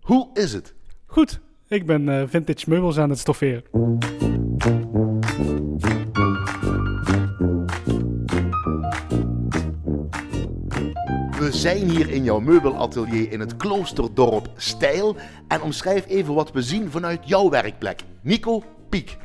Hoe is het? Goed, ik ben eh, vintage meubels aan het stofferen. We zijn hier in jouw meubelatelier in het kloosterdorp Stijl. En omschrijf even wat we zien vanuit jouw werkplek. Nico Piek.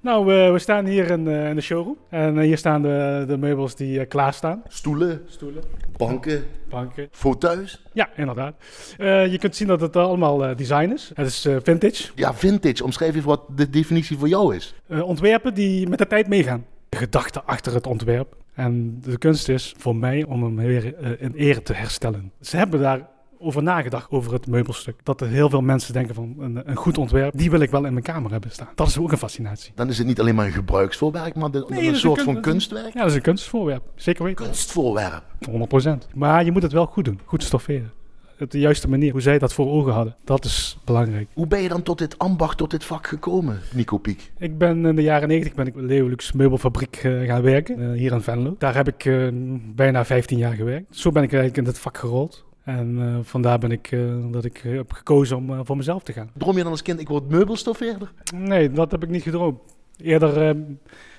Nou, we, we staan hier in, eh, in de showroom. En eh, hier staan de, de meubels die klaar klaarstaan. Stoelen, Stoelen, banken, banken. fauteuils. Ja, inderdaad. Eh, je kunt zien dat het allemaal eh, design is. Het is eh, vintage. Ja, vintage. Omschrijf even wat de definitie voor jou is. Eh, ontwerpen die met de tijd meegaan. De gedachte achter het ontwerp. En de kunst is voor mij om hem weer eh, in ere te herstellen. Ze hebben daar over nagedacht, over het meubelstuk. Dat er heel veel mensen denken van een, een goed ontwerp, die wil ik wel in mijn kamer hebben staan. Dat is ook een fascinatie. Dan is het niet alleen maar een gebruiksvoorwerp, maar de- dat een is soort een kun- van kunstwerk. Ja, dat is een kunstvoorwerp. Zeker weten. Kunstvoorwerp. 100%. Maar je moet het wel goed doen. Goed stofferen. Op de juiste manier. Hoe zij dat voor ogen hadden. Dat is belangrijk. Hoe ben je dan tot dit ambacht, tot dit vak gekomen, Nico Piek? Ik ben in de jaren 90 ben ik bij Leolux Meubelfabriek eh, gaan werken, eh, hier in Venlo. Daar heb ik eh, bijna 15 jaar gewerkt. Zo ben ik eigenlijk in dit vak gerold. En eh, vandaar ben ik, eh, dat ik heb gekozen om eh, voor mezelf te gaan. Droom je dan als kind, ik word meubelstoffeerder? Nee, dat heb ik niet gedroomd. Eerder eh,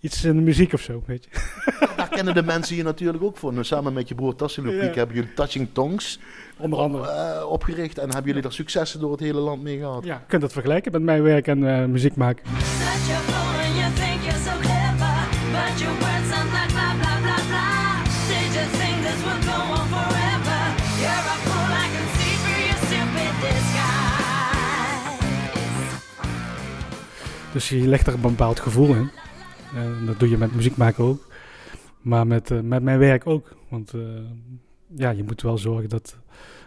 iets in de muziek of zo, weet je. Daar kennen de mensen je natuurlijk ook voor. Nou, samen met je broer Tassilo Piek Ja. hebben jullie Touching Tongues Onder andere. eh, opgericht. En hebben jullie daar successen door het hele land mee gehad. Ja, je kunt dat vergelijken met mijn werk en eh, muziek maken. Such a fool and you think you're so clever But your words sound like blah blah blah blah They just think this will go on forever You're a fool, I can see through your stupid disguise Dus je legt er een bepaald gevoel in. Eh, En dat doe je met muziek maken ook. Maar met, eh, met mijn werk ook. Want eh, ja, je moet wel zorgen dat,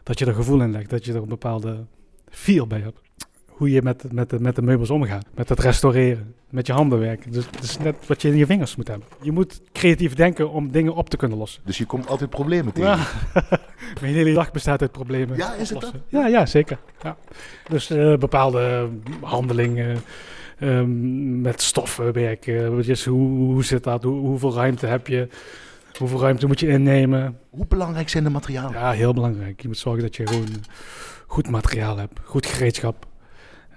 dat je er gevoel in legt. Dat je er een bepaalde feel bij hebt. Hoe je met, met, de, met de meubels omgaat. Met het restaureren. Met je handen werken. Dus het is net wat je in je vingers moet hebben. Je moet creatief denken om dingen op te kunnen lossen. Dus je komt altijd problemen tegen. Ja. Mijn hele dag bestaat uit problemen. Ja, is het dat? Ja, ja, zeker. Ja. Dus eh, bepaalde eh, handelingen ehm, met stoffen werken. Dus hoe, hoe zit dat? Hoe, hoeveel ruimte heb je? Hoeveel ruimte moet je innemen? Hoe belangrijk zijn de materialen? Ja, heel belangrijk. Je moet zorgen dat je gewoon goed materiaal hebt, goed gereedschap.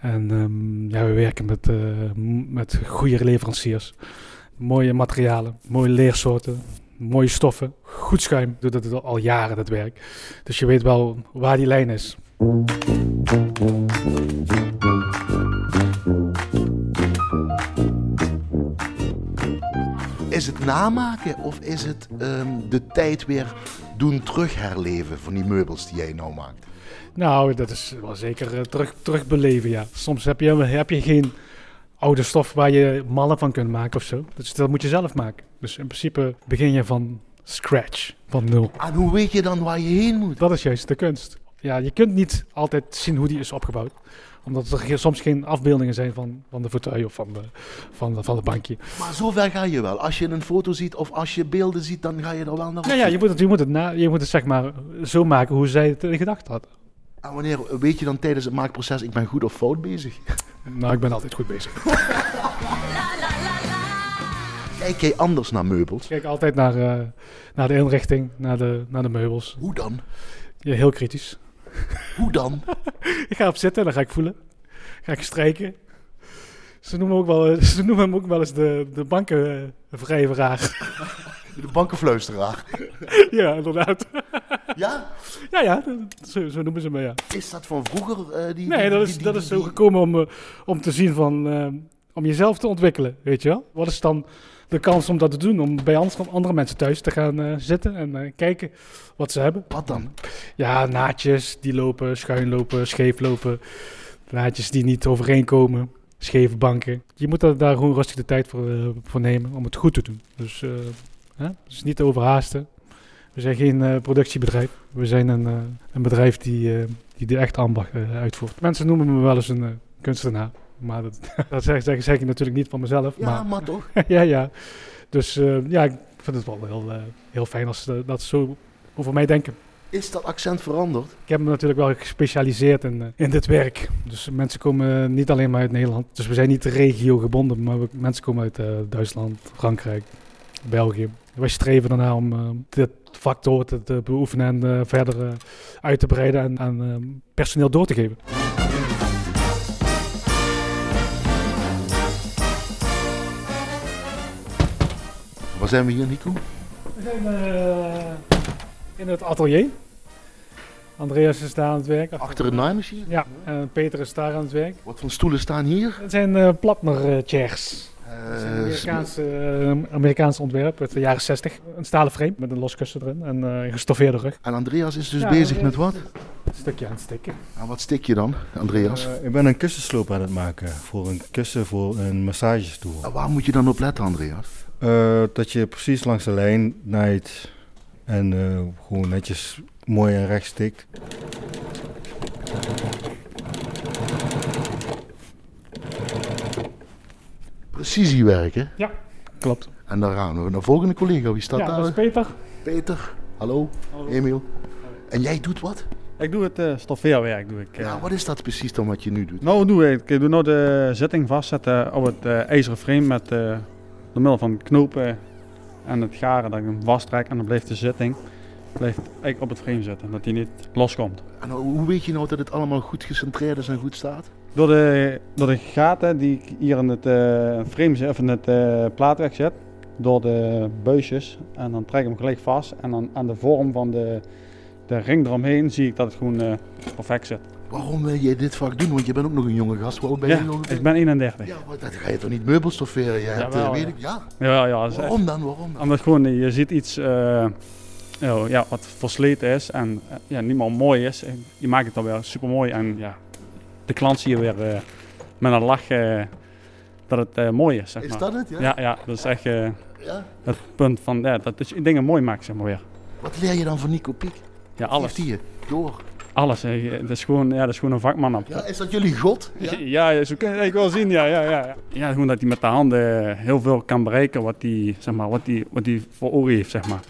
En ehm, ja, we werken met, eh, m- met goede leveranciers. Mooie materialen, mooie leersoorten, mooie stoffen, goed schuim. Ik Doe dat al jaren, dat werk. Dus je weet wel waar die lijn is. Is het namaken of is het ehm, de tijd weer doen terugherleven van die meubels die jij nou maakt? Nou, dat is wel zeker eh, terug, terugbeleven, ja. Soms heb je, heb je geen oude stof waar je mallen van kunt maken of zo. Dus dat moet je zelf maken. Dus in principe begin je van scratch, van nul. En hoe weet je dan waar je heen moet? Dat is juist de kunst. Ja, je kunt niet altijd zien hoe die is opgebouwd. Omdat er ge- soms geen afbeeldingen zijn van, van de fauteuil of van de, van, de- van de bankje. Maar zover ga je wel. Als je een foto ziet of als je beelden ziet, dan ga je er wel naar op Nou ja, zoek. je moet het, je moet het, na, je moet het zeg maar zo maken hoe zij het in gedachten hadden. En wanneer eh, weet je dan tijdens het maakproces, ik ben goed of fout bezig? Nou, ik ben altijd goed bezig. Kijk jij anders naar meubels? Ik kijk altijd naar, eh, naar de inrichting, naar de, naar de meubels. Hoe dan? Ja, heel kritisch. Hoe dan? Ik ga op zitten en dan ga ik voelen. Ga ik strijken. Ze noemen, ook wel, eh, ze noemen hem ook wel eens de, de bankenvrijveraar. De bankenfluisteraar. ja, inderdaad. Ja? Ja, ja, dat- zo, zo noemen ze me, ja. Is dat van vroeger? eh, die, Nee, die- dat die- is, die- dat is zo die- gekomen om, eh, om te zien van... eh, om jezelf te ontwikkelen, weet je wel. Wat is dan de kans om dat te doen? Om bij ans- andere mensen thuis te gaan eh, zitten en eh, kijken wat ze hebben. Wat dan? Ja, naadjes die lopen, schuin lopen, scheef lopen. Naadjes die niet overeenkomen. Scheve banken. Je moet daar, daar gewoon rustig de tijd voor, eh, voor nemen om het goed te doen. Dus, eh, hè? dus niet te overhaasten. We zijn geen eh, productiebedrijf. We zijn een, eh, een bedrijf die, eh, die de echte ambacht eh, uitvoert. Mensen noemen me wel eens een eh, kunstenaar. Maar dat, dat zeg, zeg, zeg ik natuurlijk niet van mezelf. Ja, maar maar, toch? ja, ja. Dus eh, ja, ik vind het wel heel, eh, heel fijn als ze dat zo over mij denken. Is dat accent veranderd? Ik heb me natuurlijk wel gespecialiseerd in, eh, in dit werk. Dus mensen komen eh, niet alleen maar uit Nederland. Dus we zijn niet regio gebonden, maar we- mensen komen uit eh, Duitsland, Frankrijk, België. Wij streven daarna om eh, dit vak door te, te beoefenen en eh, verder eh, uit te breiden en aan eh, personeel door te geven. Waar zijn we hier, Nico? We zijn eh, in het atelier. Andreas is daar aan het werk. Achter een naaimachine? Ja, en Peter is daar aan het werk. Wat voor stoelen staan hier? Het zijn eh platner eh, chairs. Eh, Het is een Amerikaanse, eh, Amerikaans ontwerp uit de jaren 60. Een stalen frame met een los kussen erin en eh, een gestoffeerde rug. en Andreas is dus Ja, bezig Andreas met wat? Een stukje aan het stikken. En wat stik je dan, Andreas? Eh, ik ben een kussensloop aan het maken voor een kussen voor een massagestoel. En waar moet je dan op letten, Andreas? Eh, dat je precies langs de lijn naait en eh, gewoon netjes mooi en recht stikt. Precisiewerk, hè? Klopt. En daar gaan we. Naar volgende collega. Wie staat ja, daar? dat is Peter. Peter. Hallo, Emiel. En jij doet wat? Ik doe het eh, stoffeerwerk. Doe ik, eh. Nou, wat is dat precies dan wat je nu doet? Nou, doe ik. Ik doe nou de zitting vastzetten op het eh, ijzeren frame met eh, door middel van knopen en het garen dat ik hem vasttrek en dan blijft de zitting blijft eigenlijk op het frame zitten, dat hij niet loskomt. En hoe weet je nou dat het allemaal goed gecentreerd is en goed staat? Door de, door de gaten die ik hier in het eh, frame zet, of in het eh, plaatwerk zet, door de buisjes en dan trek ik hem gelijk vast en dan aan de vorm van de, de ring eromheen zie ik dat het gewoon eh, perfect zit. Waarom wil jij dit vak doen? Want je bent ook nog een jonge gast. Hoe oud ben je Ja, nog? ik ben 31. Ja, maar dat ga je toch niet meubels stofferen? Je hebt, eh, Jawel, weet ja. ik, ja. Ja, ja, dat is echt- Waarom dan? Waarom dan? Omdat gewoon, eh, je ziet iets eh, oh, ja, wat versleten is en eh, ja, niet meer mooi is. En Je maakt het dan weer super mooi en ja, de klant zie je weer eh, met een lach eh, dat het eh, mooi is. Zeg Is maar. dat het? Ja. Ja, ja, dat is echt eh, Ja. het punt van ja, dat je dingen mooi maakt, zeg maar weer. Wat leer je dan van Nico Piek? Ja, alles. Geeft hij je? Door. Alles. eh, Het is gewoon, ja, dat is gewoon een vakman. op- Ja, is dat jullie god? Ja, Ja. ja, zo kun je het eigenlijk wel zien. Ja, ja, ja. ja. ja gewoon dat hij met de handen heel veel kan bereiken wat hij, zeg maar, wat hij, wat hij voor oren heeft, zeg maar.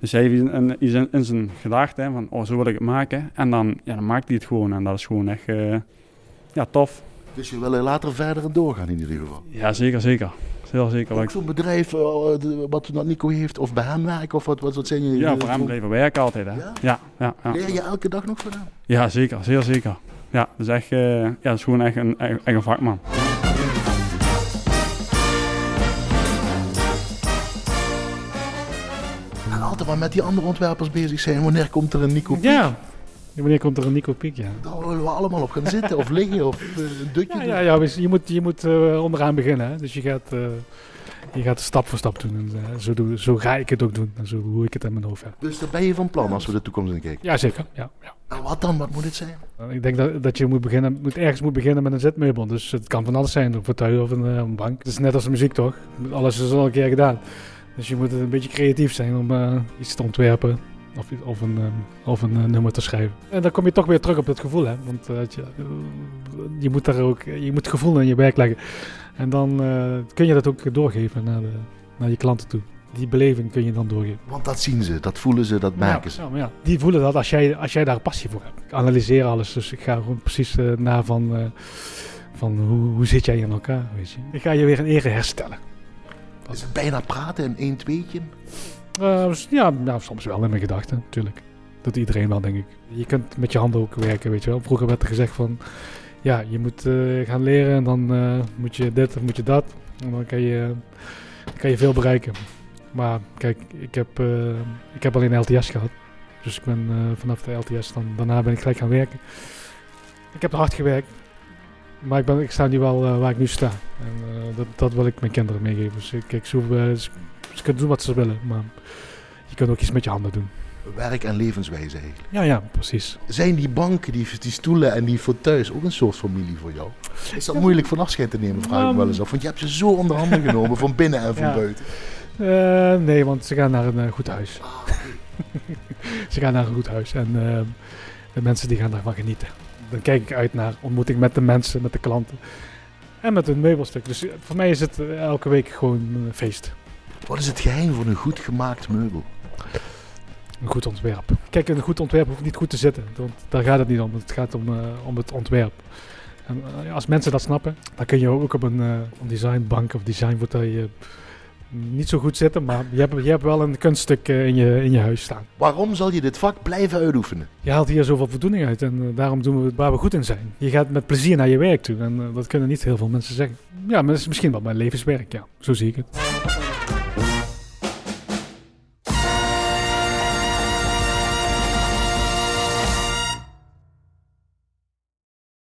Dus hij heeft in, in, in zijn gedachten van, oh, zo wil ik het maken. En dan, ja, dan maakt hij het gewoon. En dat is gewoon echt, eh, ja, tof. Dus je wil er later verder en doorgaan in ieder geval. Ja, zeker, zeker. Heel zeker. Ook zo'n bedrijf eh, de- wat dat Nico heeft, of bij hem werken, of wat, wat, wat zijn jullie? Ja, eh, voor hem blijven werken altijd, hè. Ja? Ja, ja, ja. Leer je elke dag nog van hem? Ja, zeker. Zeer zeker. Ja, dat is echt, eh, ja, dat is gewoon echt een, echt echt een vakman. En altijd maar met die andere ontwerpers bezig zijn. Wanneer komt er een Nico Piek? Ja. Wanneer komt er een Nico Piek? Ja. Daar willen we allemaal op gaan zitten, of liggen, of eh, een dutje Ja, doen. ja, ja, dus je moet, je moet eh, onderaan beginnen. Hè? Dus je gaat, eh, je gaat stap voor stap doen. En, eh, zo, doe, zo ga ik het ook doen. En zo hoe ik het in mijn hoofd heb. Dus daar ben je van plan als we de toekomst in kijken. Ja, zeker. Ja, ja. En wat dan? Wat moet het zijn? En Eh, Ik denk dat, dat je moet beginnen, moet ergens moet beginnen met een zetmeubel. Dus het kan van alles zijn. Een fauteuil of een, eh, een bank. Het is net als de muziek toch? Alles is al een keer gedaan. Dus je moet een beetje creatief zijn om eh, iets te ontwerpen. Of, i- of een, eh, of een eh, nummer te schrijven. En dan kom je toch weer terug op dat gevoel. Hè? Want eh, dat je, je moet daar ook je moet het gevoel in je werk leggen. En dan eh, kun je dat ook doorgeven naar, de, naar je klanten toe. Die beleving kun je dan doorgeven. Want dat zien ze, dat voelen ze, dat merken ze. Ja, ja, maar ja, die voelen dat als jij, als jij daar passie voor hebt. Ik analyseer alles, dus ik ga gewoon precies eh, na van, eh, van hoe, hoe zit jij in elkaar, weet je. Ik ga je weer in ere herstellen. Is het bijna praten en één tweetje? Eh, s- ja, nou, soms wel in mijn gedachten, natuurlijk. Dat doet iedereen wel, denk ik. Je kunt met je handen ook werken, weet je wel. Vroeger werd er gezegd van, ja, je moet eh, gaan leren en dan eh, moet je dit of moet je dat. En dan kan je, dan kan je veel bereiken. Maar kijk, ik heb, eh, ik heb alleen LTS gehad. Dus ik ben eh, vanaf de LTS, dan, daarna ben ik gelijk gaan werken. Ik heb hard gewerkt. Maar ik, ben, ik sta nu wel eh, waar ik nu sta. En eh, dat, dat wil ik mijn kinderen meegeven. Dus eh, kijk, zo, eh, ze, ze kunnen doen wat ze willen. Maar je kunt ook iets met je handen doen. Werk en levenswijze eigenlijk. Ja, ja, precies. Zijn die banken, die, die stoelen en die fauteuils ook een soort familie voor jou? Is dat moeilijk van afscheid te nemen, vraag ik me wel eens af. Want je hebt ze zo onder handen genomen, van binnen en van Ja. buiten. Eh, nee, want ze gaan naar een eh, goed huis. ze gaan naar een goed huis. En eh, de mensen die gaan daarvan genieten. Dan kijk ik uit naar ontmoeting met de mensen, met de klanten. En met hun meubelstuk. Dus eh, voor mij is het eh, elke week gewoon een feest. Wat is het geheim voor een goed gemaakt meubel? Een goed ontwerp. Kijk, een goed ontwerp hoeft niet goed te zitten. Want daar gaat het niet om. Het gaat om, eh, om het ontwerp. En eh, als mensen dat snappen, dan kun je ook op een eh, een designbank of designfauteuil eh, niet zo goed zitten, maar je hebt, je hebt wel een kunststuk eh, in, je, in je huis staan. Waarom zal je dit vak blijven uitoefenen? Je haalt hier zoveel voldoening uit en eh, daarom doen we het waar we goed in zijn. Je gaat met plezier naar je werk toe en eh, dat kunnen niet heel veel mensen zeggen. Ja, maar dat is misschien wel mijn levenswerk, ja. Zo zie ik het.